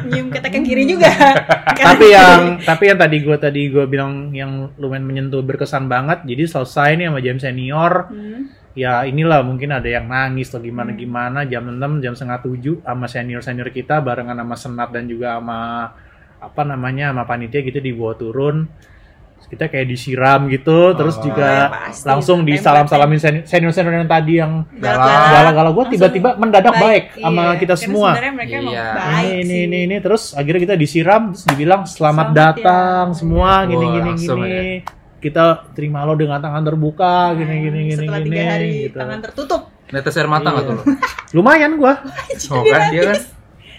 [SPEAKER 1] nyium ketek ke kiri juga Kan?
[SPEAKER 2] tapi yang tapi yang tadi gue tadi gue bilang yang lumayan menyentuh berkesan banget jadi selesai nih sama jam senior
[SPEAKER 1] Hmm.
[SPEAKER 2] ya inilah mungkin ada yang nangis atau gimana gimana jam 6 jam setengah 7 sama senior senior kita barengan sama senat dan juga sama apa namanya sama panitia gitu dibawa turun Terus kita kayak disiram gitu terus
[SPEAKER 3] Oh.
[SPEAKER 2] juga
[SPEAKER 1] Oh, ya pasti.
[SPEAKER 2] langsung disalam salamin senior senior yang tadi yang
[SPEAKER 1] Galak-galak.
[SPEAKER 2] galau-galau gue tiba-tiba mendadak baik, sama
[SPEAKER 1] Ah, Iya,
[SPEAKER 2] kita
[SPEAKER 1] karena
[SPEAKER 2] semua
[SPEAKER 1] sebenarnya mereka emang
[SPEAKER 3] Iya.
[SPEAKER 1] baik
[SPEAKER 2] ini,
[SPEAKER 1] sih.
[SPEAKER 2] ini, ini, ini, terus akhirnya kita disiram, terus dibilang selamat,
[SPEAKER 1] Selamat
[SPEAKER 2] datang
[SPEAKER 1] ya."
[SPEAKER 2] semua,
[SPEAKER 3] Wah,
[SPEAKER 2] gini, gini,
[SPEAKER 3] langsung
[SPEAKER 2] gini. Kita terima lo dengan tangan terbuka, gini, gini, gini,
[SPEAKER 1] Nah, setelah
[SPEAKER 2] gini.
[SPEAKER 1] tiga hari
[SPEAKER 2] gitu.
[SPEAKER 1] tangan tertutup
[SPEAKER 3] Netes air mata nggak
[SPEAKER 2] Iya.
[SPEAKER 3] tuh? lo?
[SPEAKER 2] Lumayan gua.
[SPEAKER 3] Oh kan dia kan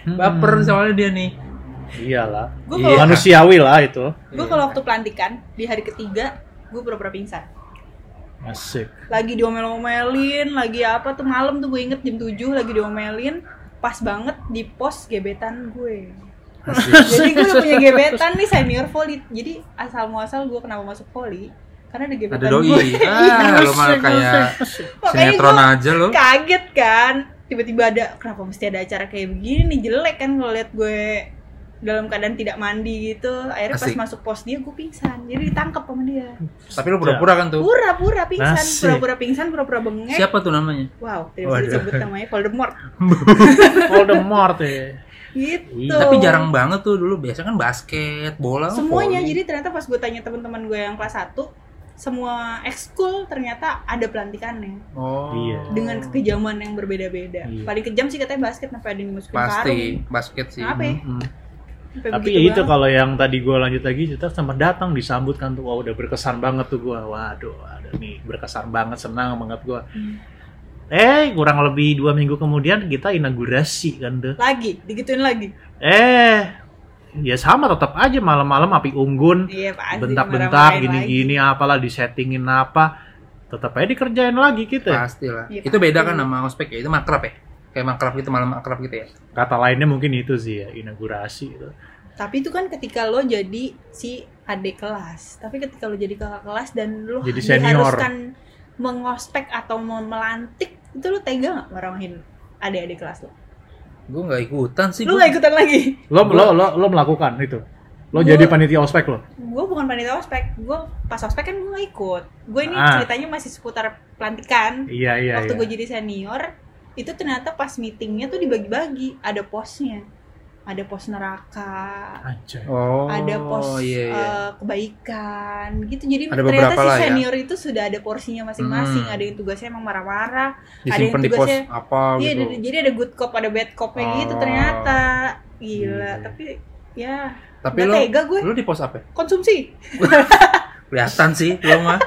[SPEAKER 2] Hmm.
[SPEAKER 3] baper soalnya dia nih.
[SPEAKER 2] Iyalah.
[SPEAKER 1] gue
[SPEAKER 3] Iya.
[SPEAKER 1] kalau
[SPEAKER 2] Manusiawi lah itu.
[SPEAKER 1] gue kalau waktu pelantikan di hari ketiga gue pura-pura pingsan
[SPEAKER 2] Asik.
[SPEAKER 1] lagi diomel-omelin lagi apa tuh malam tuh gue inget jam 7 lagi diomelin pas banget di pos gebetan gue jadi gue udah punya gebetan nih senior volley jadi asal muasal gue kenapa masuk volley karena ada gebetan
[SPEAKER 3] Ada
[SPEAKER 1] gue
[SPEAKER 3] doi.
[SPEAKER 1] Iya,
[SPEAKER 3] Ah, lo malah kayak
[SPEAKER 1] Makanya
[SPEAKER 3] sinetron
[SPEAKER 1] gua
[SPEAKER 3] aja lo.
[SPEAKER 1] kaget kan tiba-tiba ada kenapa mesti ada acara kayak begini nih jelek kan kalau lihat gue dalam keadaan tidak mandi gitu akhirnya
[SPEAKER 3] Asik.
[SPEAKER 1] pas masuk pos dia gue pingsan jadi ditangkap sama dia
[SPEAKER 3] Tapi lo pura-pura kan tuh.
[SPEAKER 1] pura-pura pingsan
[SPEAKER 2] Asik.
[SPEAKER 1] pura-pura pingsan pura-pura bengek
[SPEAKER 3] Siapa tuh namanya?
[SPEAKER 1] wow tidak bisa
[SPEAKER 3] Waduh.
[SPEAKER 1] disebut namanya Voldemort
[SPEAKER 2] Voldemort ya.
[SPEAKER 1] gitu
[SPEAKER 2] Tuh.
[SPEAKER 3] Tapi jarang banget tuh dulu. Biasanya kan basket, bola,
[SPEAKER 1] semuanya
[SPEAKER 3] volley.
[SPEAKER 1] jadi ternyata pas gue tanya teman-teman gue yang kelas 1 semua ekskul ternyata ada pelantikannya
[SPEAKER 3] Oh.
[SPEAKER 2] Iya.
[SPEAKER 1] dengan kekejaman yang berbeda-beda
[SPEAKER 2] Iya.
[SPEAKER 1] paling kejam sih katanya basket sampai ada yang dimasukin
[SPEAKER 3] pasti
[SPEAKER 1] karung
[SPEAKER 3] basket sih. Hmm,
[SPEAKER 1] Kenapa ya?
[SPEAKER 3] Mm-mm.
[SPEAKER 1] Sampai
[SPEAKER 2] Tapi
[SPEAKER 1] begitu
[SPEAKER 2] ya itu
[SPEAKER 1] banget.
[SPEAKER 2] kalau yang tadi gua lanjut lagi cerita sama datang disambut kan tuh wah udah berkesan banget tuh gua waduh ada nih berkesan banget senang banget gua
[SPEAKER 1] Hmm.
[SPEAKER 2] eh kurang lebih dua minggu kemudian kita inaugurasi kan tuh
[SPEAKER 1] lagi digituin lagi
[SPEAKER 2] eh ya sama tetap aja malam-malam api unggun
[SPEAKER 1] Iya pasti
[SPEAKER 2] bentak-bentak
[SPEAKER 1] dimarah-marahin
[SPEAKER 2] gini-gini apalah disettingin apa tetap aja dikerjain lagi kita
[SPEAKER 3] Pastilah.
[SPEAKER 1] Iya,
[SPEAKER 3] itu beda
[SPEAKER 1] pasti.
[SPEAKER 3] kan sama ospek ya? Itu makrab ya? Kayak makrab gitu malam makrab gitu ya.
[SPEAKER 2] kata lainnya mungkin itu sih ya inaugurasi itu
[SPEAKER 1] lagi. Tapi itu kan ketika lo jadi si adik kelas. Tapi ketika lo jadi kakak kelas dan lo
[SPEAKER 2] Jadi senior.
[SPEAKER 1] diharuskan mengospek atau mau melantik, itu lo tega nggak marahin adik-adik kelas lo?
[SPEAKER 3] Gue nggak ikutan sih.
[SPEAKER 1] Lo
[SPEAKER 3] gua.
[SPEAKER 1] nggak ikutan lagi?
[SPEAKER 2] lo lo lo, lo melakukan itu
[SPEAKER 1] Gua-
[SPEAKER 2] lo jadi panitia ospek lo
[SPEAKER 1] Gue bukan panitia ospek. Gue pas ospek kan gue nggak ikut. Gue ini
[SPEAKER 2] Ah.
[SPEAKER 1] ceritanya masih seputar pelantikan.
[SPEAKER 2] iya iya
[SPEAKER 1] Waktu
[SPEAKER 2] iya.
[SPEAKER 1] gue jadi senior, itu ternyata pas meetingnya tuh dibagi-bagi. Ada posnya. Ada pos neraka,
[SPEAKER 2] Anjay.
[SPEAKER 3] Oh.
[SPEAKER 1] ada pos
[SPEAKER 3] iya, iya.
[SPEAKER 1] eh, kebaikan gitu jadi ternyata
[SPEAKER 3] Ada beberapa
[SPEAKER 1] si
[SPEAKER 3] lah ya.
[SPEAKER 1] senior itu sudah ada porsinya masing-masing
[SPEAKER 3] Hmm.
[SPEAKER 1] ada yang tugasnya emang marah-marah
[SPEAKER 3] Disimpan di pos
[SPEAKER 1] tugasnya-
[SPEAKER 3] apa
[SPEAKER 1] iya
[SPEAKER 3] gitu.
[SPEAKER 1] ada- jadi ada good cop ada bad copnya gitu
[SPEAKER 3] Oh.
[SPEAKER 1] ternyata gila
[SPEAKER 2] Iya.
[SPEAKER 1] tapi ya
[SPEAKER 3] Tapi
[SPEAKER 1] nggak
[SPEAKER 3] lo
[SPEAKER 1] tega gue
[SPEAKER 3] lo di pos apa? ya?
[SPEAKER 1] konsumsi
[SPEAKER 3] Kelihatan sih lo mah.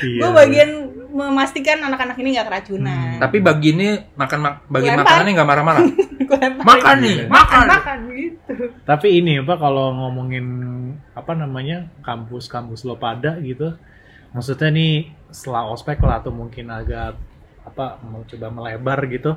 [SPEAKER 2] Iya.
[SPEAKER 1] gue bagian memastikan anak-anak ini nggak keracunan
[SPEAKER 2] Hmm.
[SPEAKER 3] Tapi bagiannya makan mak bagian
[SPEAKER 1] Lempar.
[SPEAKER 3] makanannya nggak marah-marah.
[SPEAKER 1] gue lempar
[SPEAKER 3] makan nih, makan.
[SPEAKER 1] makan gitu
[SPEAKER 2] Tapi ini apa kalau ngomongin apa namanya kampus-kampus lo pada gitu, maksudnya nih setelah ospek lah atau mungkin agak apa mau coba melebar gitu,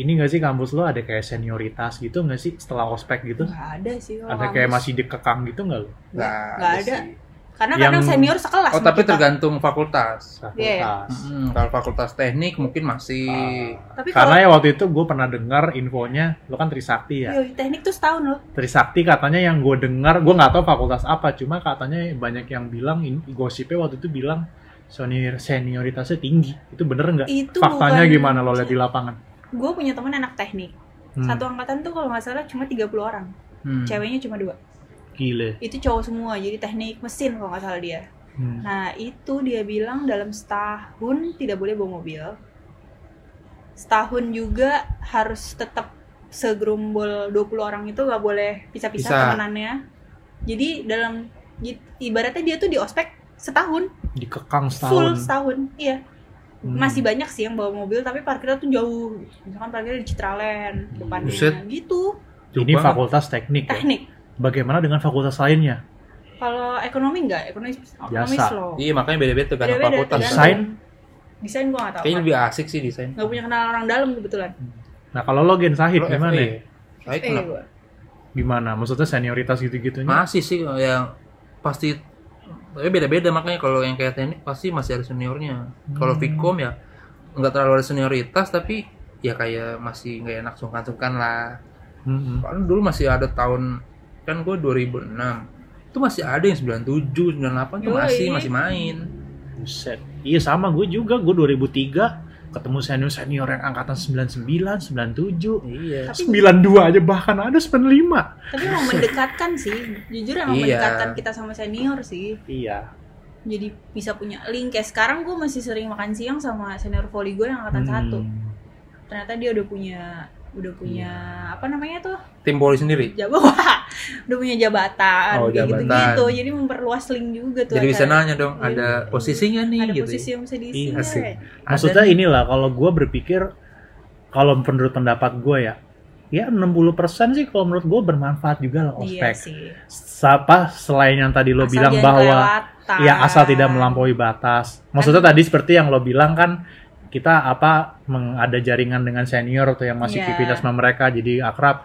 [SPEAKER 2] ini nggak sih kampus lo ada kayak senioritas gitu nggak sih setelah ospek gitu?
[SPEAKER 1] nggak ada sih kalau
[SPEAKER 2] Ada
[SPEAKER 1] kampus.
[SPEAKER 2] kayak masih dikekang gitu nggak lo?
[SPEAKER 1] Nggak,
[SPEAKER 3] Nggak
[SPEAKER 1] nggak ada
[SPEAKER 3] sih.
[SPEAKER 1] karena
[SPEAKER 2] Yang-
[SPEAKER 1] kadang senior sekelas
[SPEAKER 3] Oh
[SPEAKER 1] sama
[SPEAKER 3] tapi
[SPEAKER 1] kita.
[SPEAKER 3] tergantung fakultas.
[SPEAKER 1] Iya, iya.
[SPEAKER 2] Fakultas.
[SPEAKER 3] Mm, kalau fakultas teknik mungkin masih.
[SPEAKER 2] Ah.
[SPEAKER 1] Tapi
[SPEAKER 2] Karena ya waktu itu gue pernah dengar infonya lo kan Trisakti ya.
[SPEAKER 1] Yoi, Iya, teknik tuh setahun loh
[SPEAKER 2] Trisakti katanya yang gue dengar, gue nggak tahu fakultas apa, cuma katanya banyak yang bilang, in- gosipnya waktu itu bilang senior senioritasnya tinggi, itu bener nggak?
[SPEAKER 1] itu
[SPEAKER 2] Faktanya
[SPEAKER 1] bukan-
[SPEAKER 2] gimana lo lihat di lapangan?
[SPEAKER 1] gue punya teman anak teknik
[SPEAKER 2] Hmm,
[SPEAKER 1] satu angkatan tuh kalau nggak salah cuma 30 orang
[SPEAKER 3] Hmm.
[SPEAKER 1] ceweknya cuma dua
[SPEAKER 2] Gile.
[SPEAKER 1] itu cowok semua jadi teknik mesin kalau nggak salah dia
[SPEAKER 2] Hmm.
[SPEAKER 1] nah itu dia bilang dalam setahun tidak boleh bawa mobil setahun juga harus tetap segerombol 20 orang itu nggak boleh pisah-pisah
[SPEAKER 3] Pisah.
[SPEAKER 1] temenannya jadi dalam i- ibaratnya dia tuh di ospek setahun
[SPEAKER 2] dikekang
[SPEAKER 1] full
[SPEAKER 2] setahun
[SPEAKER 1] setahun iya masih banyak sih yang bawa mobil tapi parkirnya tuh jauh misalkan parkirnya di Citraland depannya
[SPEAKER 3] Buset.
[SPEAKER 1] gitu
[SPEAKER 3] Jauh
[SPEAKER 2] ini
[SPEAKER 3] banget.
[SPEAKER 2] fakultas teknik ya.
[SPEAKER 1] teknik
[SPEAKER 2] bagaimana dengan fakultas lainnya
[SPEAKER 1] kalau ekonomi nggak ekonomi ekonomi
[SPEAKER 2] Biasa.
[SPEAKER 1] slow
[SPEAKER 3] Iya makanya beda-beda tergantung
[SPEAKER 1] Beda-beda,
[SPEAKER 3] fakultas.
[SPEAKER 1] tergantung.
[SPEAKER 2] Desain?
[SPEAKER 1] desain gua nggak tahu kan.
[SPEAKER 3] Kayaknya lebih asik sih desain.
[SPEAKER 1] nggak punya kenal orang dalam kebetulan
[SPEAKER 2] nah kalau lo gen sahid
[SPEAKER 3] Lo
[SPEAKER 2] gimana ya?
[SPEAKER 3] FA ya? Saya
[SPEAKER 1] eh
[SPEAKER 3] kenapa?
[SPEAKER 1] gua
[SPEAKER 2] gimana maksudnya senioritas gitu gitunya
[SPEAKER 3] Masih sih yang pasti tapi beda-beda makanya kalau yang kayak teknik pasti masih ada seniornya. Kalau
[SPEAKER 2] Hmm.
[SPEAKER 3] Vicom ya nggak terlalu ada senioritas tapi ya kayak masih nggak enak sungkan-sungkan lah.
[SPEAKER 2] Hmm,
[SPEAKER 3] Kan dulu masih ada tahun kan gue 2006 itu masih ada yang 97, 98 tuh masih
[SPEAKER 1] Yoi.
[SPEAKER 3] masih main.
[SPEAKER 2] Buset. Iya sama gue juga, gue 2003 ketemu senior-senior yang angkatan 99, 97,
[SPEAKER 3] Iya.
[SPEAKER 1] Tapi-
[SPEAKER 2] 92 aja bahkan ada 95.
[SPEAKER 1] tapi mau mendekatkan sih jujur emang
[SPEAKER 3] Iya.
[SPEAKER 1] mendekatkan kita sama senior sih
[SPEAKER 2] Iya.
[SPEAKER 1] jadi bisa punya link kayak sekarang gue masih sering makan siang sama senior volley gue yang
[SPEAKER 2] Hmm.
[SPEAKER 1] angkatan satu ternyata dia udah punya udah punya
[SPEAKER 2] Iya.
[SPEAKER 1] apa namanya tuh
[SPEAKER 3] Tim poli sendiri.
[SPEAKER 1] jago wah udah punya jabatan
[SPEAKER 3] Oh,
[SPEAKER 1] kayak gitu
[SPEAKER 3] jabatan.
[SPEAKER 1] gitu jadi memperluas link juga tuh
[SPEAKER 3] Jadi bisa
[SPEAKER 1] acara.
[SPEAKER 3] nanya dong, ada posisinya nih
[SPEAKER 1] Iya. ada
[SPEAKER 3] gitu.
[SPEAKER 1] posisi yang bisa diisi
[SPEAKER 2] Iya,
[SPEAKER 1] nggak?
[SPEAKER 3] asik.
[SPEAKER 2] Maksudnya
[SPEAKER 3] Ada nih.
[SPEAKER 2] inilah kalau gue berpikir kalau menurut pendapat gue ya, ya 60% sih kalau menurut gue bermanfaat juga lah
[SPEAKER 1] iya
[SPEAKER 2] ospek.
[SPEAKER 1] sih
[SPEAKER 2] Siapa selain yang tadi lo
[SPEAKER 1] Asal
[SPEAKER 2] bilang
[SPEAKER 1] jangan
[SPEAKER 2] bahwa
[SPEAKER 1] kelewatan.
[SPEAKER 2] ya asal tidak melampaui batas. Maksudnya
[SPEAKER 1] Kan-
[SPEAKER 2] tadi seperti yang lo bilang kan kita apa meng- ada jaringan dengan senior atau yang masih
[SPEAKER 1] Iya.
[SPEAKER 2] pipin sama mereka jadi akrab.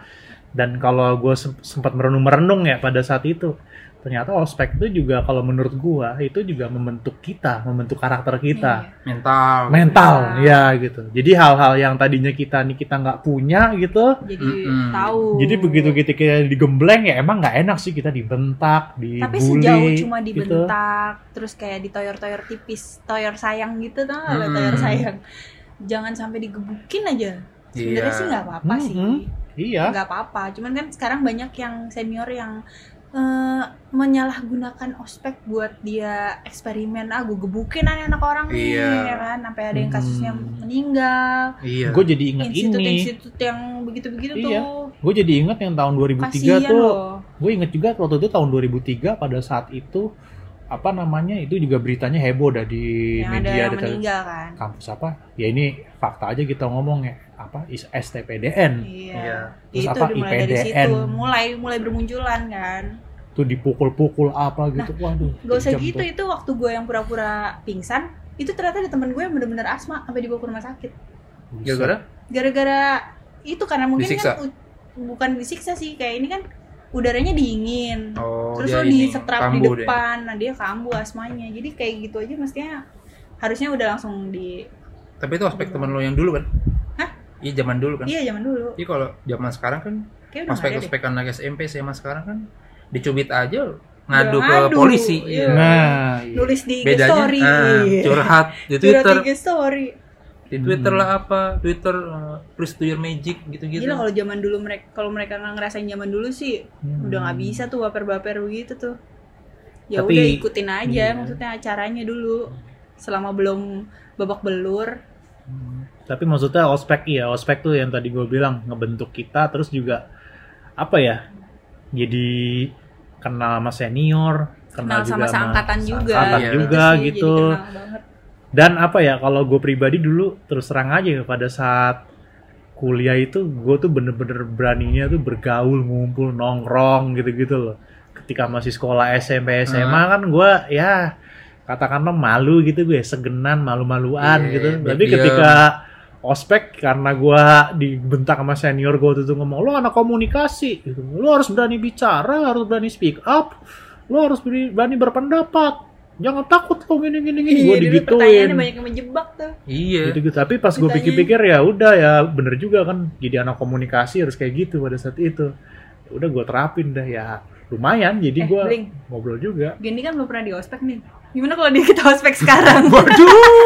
[SPEAKER 2] Dan kalau gue sempat merenung-merenung ya pada saat itu, ternyata ospek itu juga kalau menurut gue itu juga membentuk kita, membentuk karakter kita,
[SPEAKER 3] mental.
[SPEAKER 2] mental
[SPEAKER 1] Iya.
[SPEAKER 2] ya gitu. Jadi hal-hal yang tadinya kita nih kita nggak punya gitu.
[SPEAKER 1] Iya, jadi
[SPEAKER 3] Mm-mm.
[SPEAKER 1] tahu
[SPEAKER 2] Jadi begitu kita digembleng ya emang nggak enak sih kita dibentak, dibully.
[SPEAKER 1] tapi sejauh cuma
[SPEAKER 2] gitu.
[SPEAKER 1] dibentak terus kayak ditoyor-toyor tipis toyor sayang gitu tau nggak lo, toyor
[SPEAKER 3] Mm-mm.
[SPEAKER 1] sayang jangan sampai digebukin aja sebenarnya
[SPEAKER 3] Iya.
[SPEAKER 1] sih nggak apa-apa
[SPEAKER 2] Mm-mm.
[SPEAKER 1] sih
[SPEAKER 2] Iya.
[SPEAKER 1] nggak apa-apa cuman kan sekarang banyak yang senior yang eh, menyalahgunakan ospek buat dia eksperimen ah gue gebukin anak-anak orang nih
[SPEAKER 3] Iya.
[SPEAKER 1] ya kan sampai ada yang kasusnya
[SPEAKER 2] Hmm.
[SPEAKER 1] meninggal
[SPEAKER 3] Iya.
[SPEAKER 2] Gue jadi inget ini.
[SPEAKER 1] institut-institut yang begitu-begitu
[SPEAKER 2] Iya.
[SPEAKER 1] tuh
[SPEAKER 2] Gue jadi inget yang tahun 2003
[SPEAKER 1] kasihan
[SPEAKER 2] tuh.
[SPEAKER 1] loh
[SPEAKER 2] Gue inget juga waktu itu tahun 2003 pada saat itu apa namanya itu juga beritanya heboh dah di
[SPEAKER 1] yang ada
[SPEAKER 2] media
[SPEAKER 1] yang
[SPEAKER 2] di tele-
[SPEAKER 1] meninggal kan
[SPEAKER 2] kampus apa ya ini fakta aja kita ngomong ya apa is- STPDN
[SPEAKER 3] Iya.
[SPEAKER 1] Iya.
[SPEAKER 2] Hmm. Terus
[SPEAKER 1] itu
[SPEAKER 2] apa,
[SPEAKER 1] dimulai dari
[SPEAKER 2] IPDN.
[SPEAKER 1] situ, mulai mulai bermunculan kan.
[SPEAKER 2] tuh dipukul-pukul apa gitu waduh
[SPEAKER 1] Gak usah
[SPEAKER 2] kejam
[SPEAKER 1] gitu,
[SPEAKER 2] tuh.
[SPEAKER 1] itu waktu gue yang pura-pura pingsan, itu ternyata ada temen gue yang bener-bener asma sampai dibawa ke rumah sakit.
[SPEAKER 2] Buset.
[SPEAKER 3] Gara-gara
[SPEAKER 1] Gara-gara itu karena mungkin kan
[SPEAKER 3] Disiksa?
[SPEAKER 1] u- bukan disiksa sih, kayak ini kan udaranya dingin.
[SPEAKER 3] Oh,
[SPEAKER 1] Terus
[SPEAKER 3] dia
[SPEAKER 1] lo
[SPEAKER 3] ini,
[SPEAKER 1] disetrap di
[SPEAKER 3] kambuh dia.
[SPEAKER 1] depan, nah dia kambuh asmanya. Jadi kayak gitu aja mestinya harusnya udah langsung di
[SPEAKER 3] Tapi itu aspek teman lo yang dulu kan?
[SPEAKER 1] Hah?
[SPEAKER 3] Iya zaman dulu kan.
[SPEAKER 1] Iya zaman dulu.
[SPEAKER 3] Jadi kalau zaman sekarang kan
[SPEAKER 1] Kayak udah nggak ada deh.
[SPEAKER 3] aspek-aspek anak SMP SMA sekarang kan dicubit aja ngadu
[SPEAKER 1] Udah
[SPEAKER 3] ke
[SPEAKER 1] ngadu,
[SPEAKER 3] polisi.
[SPEAKER 1] iya.
[SPEAKER 2] nah iya.
[SPEAKER 1] Nulis di IG
[SPEAKER 3] Bedanya
[SPEAKER 1] story. Iya.
[SPEAKER 3] ah, curhat di
[SPEAKER 1] Curhat di
[SPEAKER 3] Twitter,
[SPEAKER 1] IG story.
[SPEAKER 3] di Twitter
[SPEAKER 2] Hmm.
[SPEAKER 3] lah apa, Twitter eh, please do your magic
[SPEAKER 2] Gitu.
[SPEAKER 3] gitu-gitu.
[SPEAKER 1] Gila kalau zaman dulu mereka kalau mereka nggak ngerasain zaman dulu sih
[SPEAKER 2] Hmm.
[SPEAKER 1] udah nggak bisa tuh baper-baper gitu tuh. Ya
[SPEAKER 2] Tapi-
[SPEAKER 1] udah ikutin aja
[SPEAKER 2] iya.
[SPEAKER 1] maksudnya acaranya dulu selama belum babak belur.
[SPEAKER 3] Hmm.
[SPEAKER 2] tapi maksudnya ospek iya ospek tuh yang tadi gue bilang ngebentuk kita terus juga apa ya jadi kenal sama senior
[SPEAKER 1] Kenal
[SPEAKER 2] kenal,
[SPEAKER 1] sama
[SPEAKER 2] juga
[SPEAKER 1] seangkatan juga.
[SPEAKER 2] seangkatan
[SPEAKER 3] Iya.
[SPEAKER 2] juga
[SPEAKER 1] Itu sih
[SPEAKER 2] gitu
[SPEAKER 1] jadi kenal banget.
[SPEAKER 2] dan apa ya kalau gue pribadi dulu terus terang aja ya, pada saat kuliah itu gue tuh bener-bener beraninya tuh bergaul ngumpul nongkrong gitu-gitu loh ketika masih sekolah SMP SMA kan gue ya katakanlah malu gitu gue segenan malu-maluan
[SPEAKER 3] Iya,
[SPEAKER 2] gitu
[SPEAKER 3] diam.
[SPEAKER 2] tapi ketika ospek karena gue dibentak sama senior gue tuh ngomong lo anak komunikasi gitu lo harus berani bicara harus berani speak up lo harus berani, berani berpendapat jangan takut lo gini gini gini gue
[SPEAKER 1] Iya, dulu
[SPEAKER 2] digituin
[SPEAKER 1] pertanyaannya banyak yang menjebak tuh.
[SPEAKER 3] Iya.
[SPEAKER 2] gitu gitu tapi pas gue
[SPEAKER 1] Ditanyain.
[SPEAKER 2] pikir-pikir ya udah ya bener juga kan jadi anak komunikasi harus kayak gitu pada saat itu Ya udah gue terapin dah ya lumayan
[SPEAKER 1] eh,
[SPEAKER 2] jadi gue
[SPEAKER 1] Bling,
[SPEAKER 2] ngobrol juga
[SPEAKER 1] Gini kan belum pernah di ospek nih. Gimana kalau dia kita ospek sekarang?
[SPEAKER 2] waduh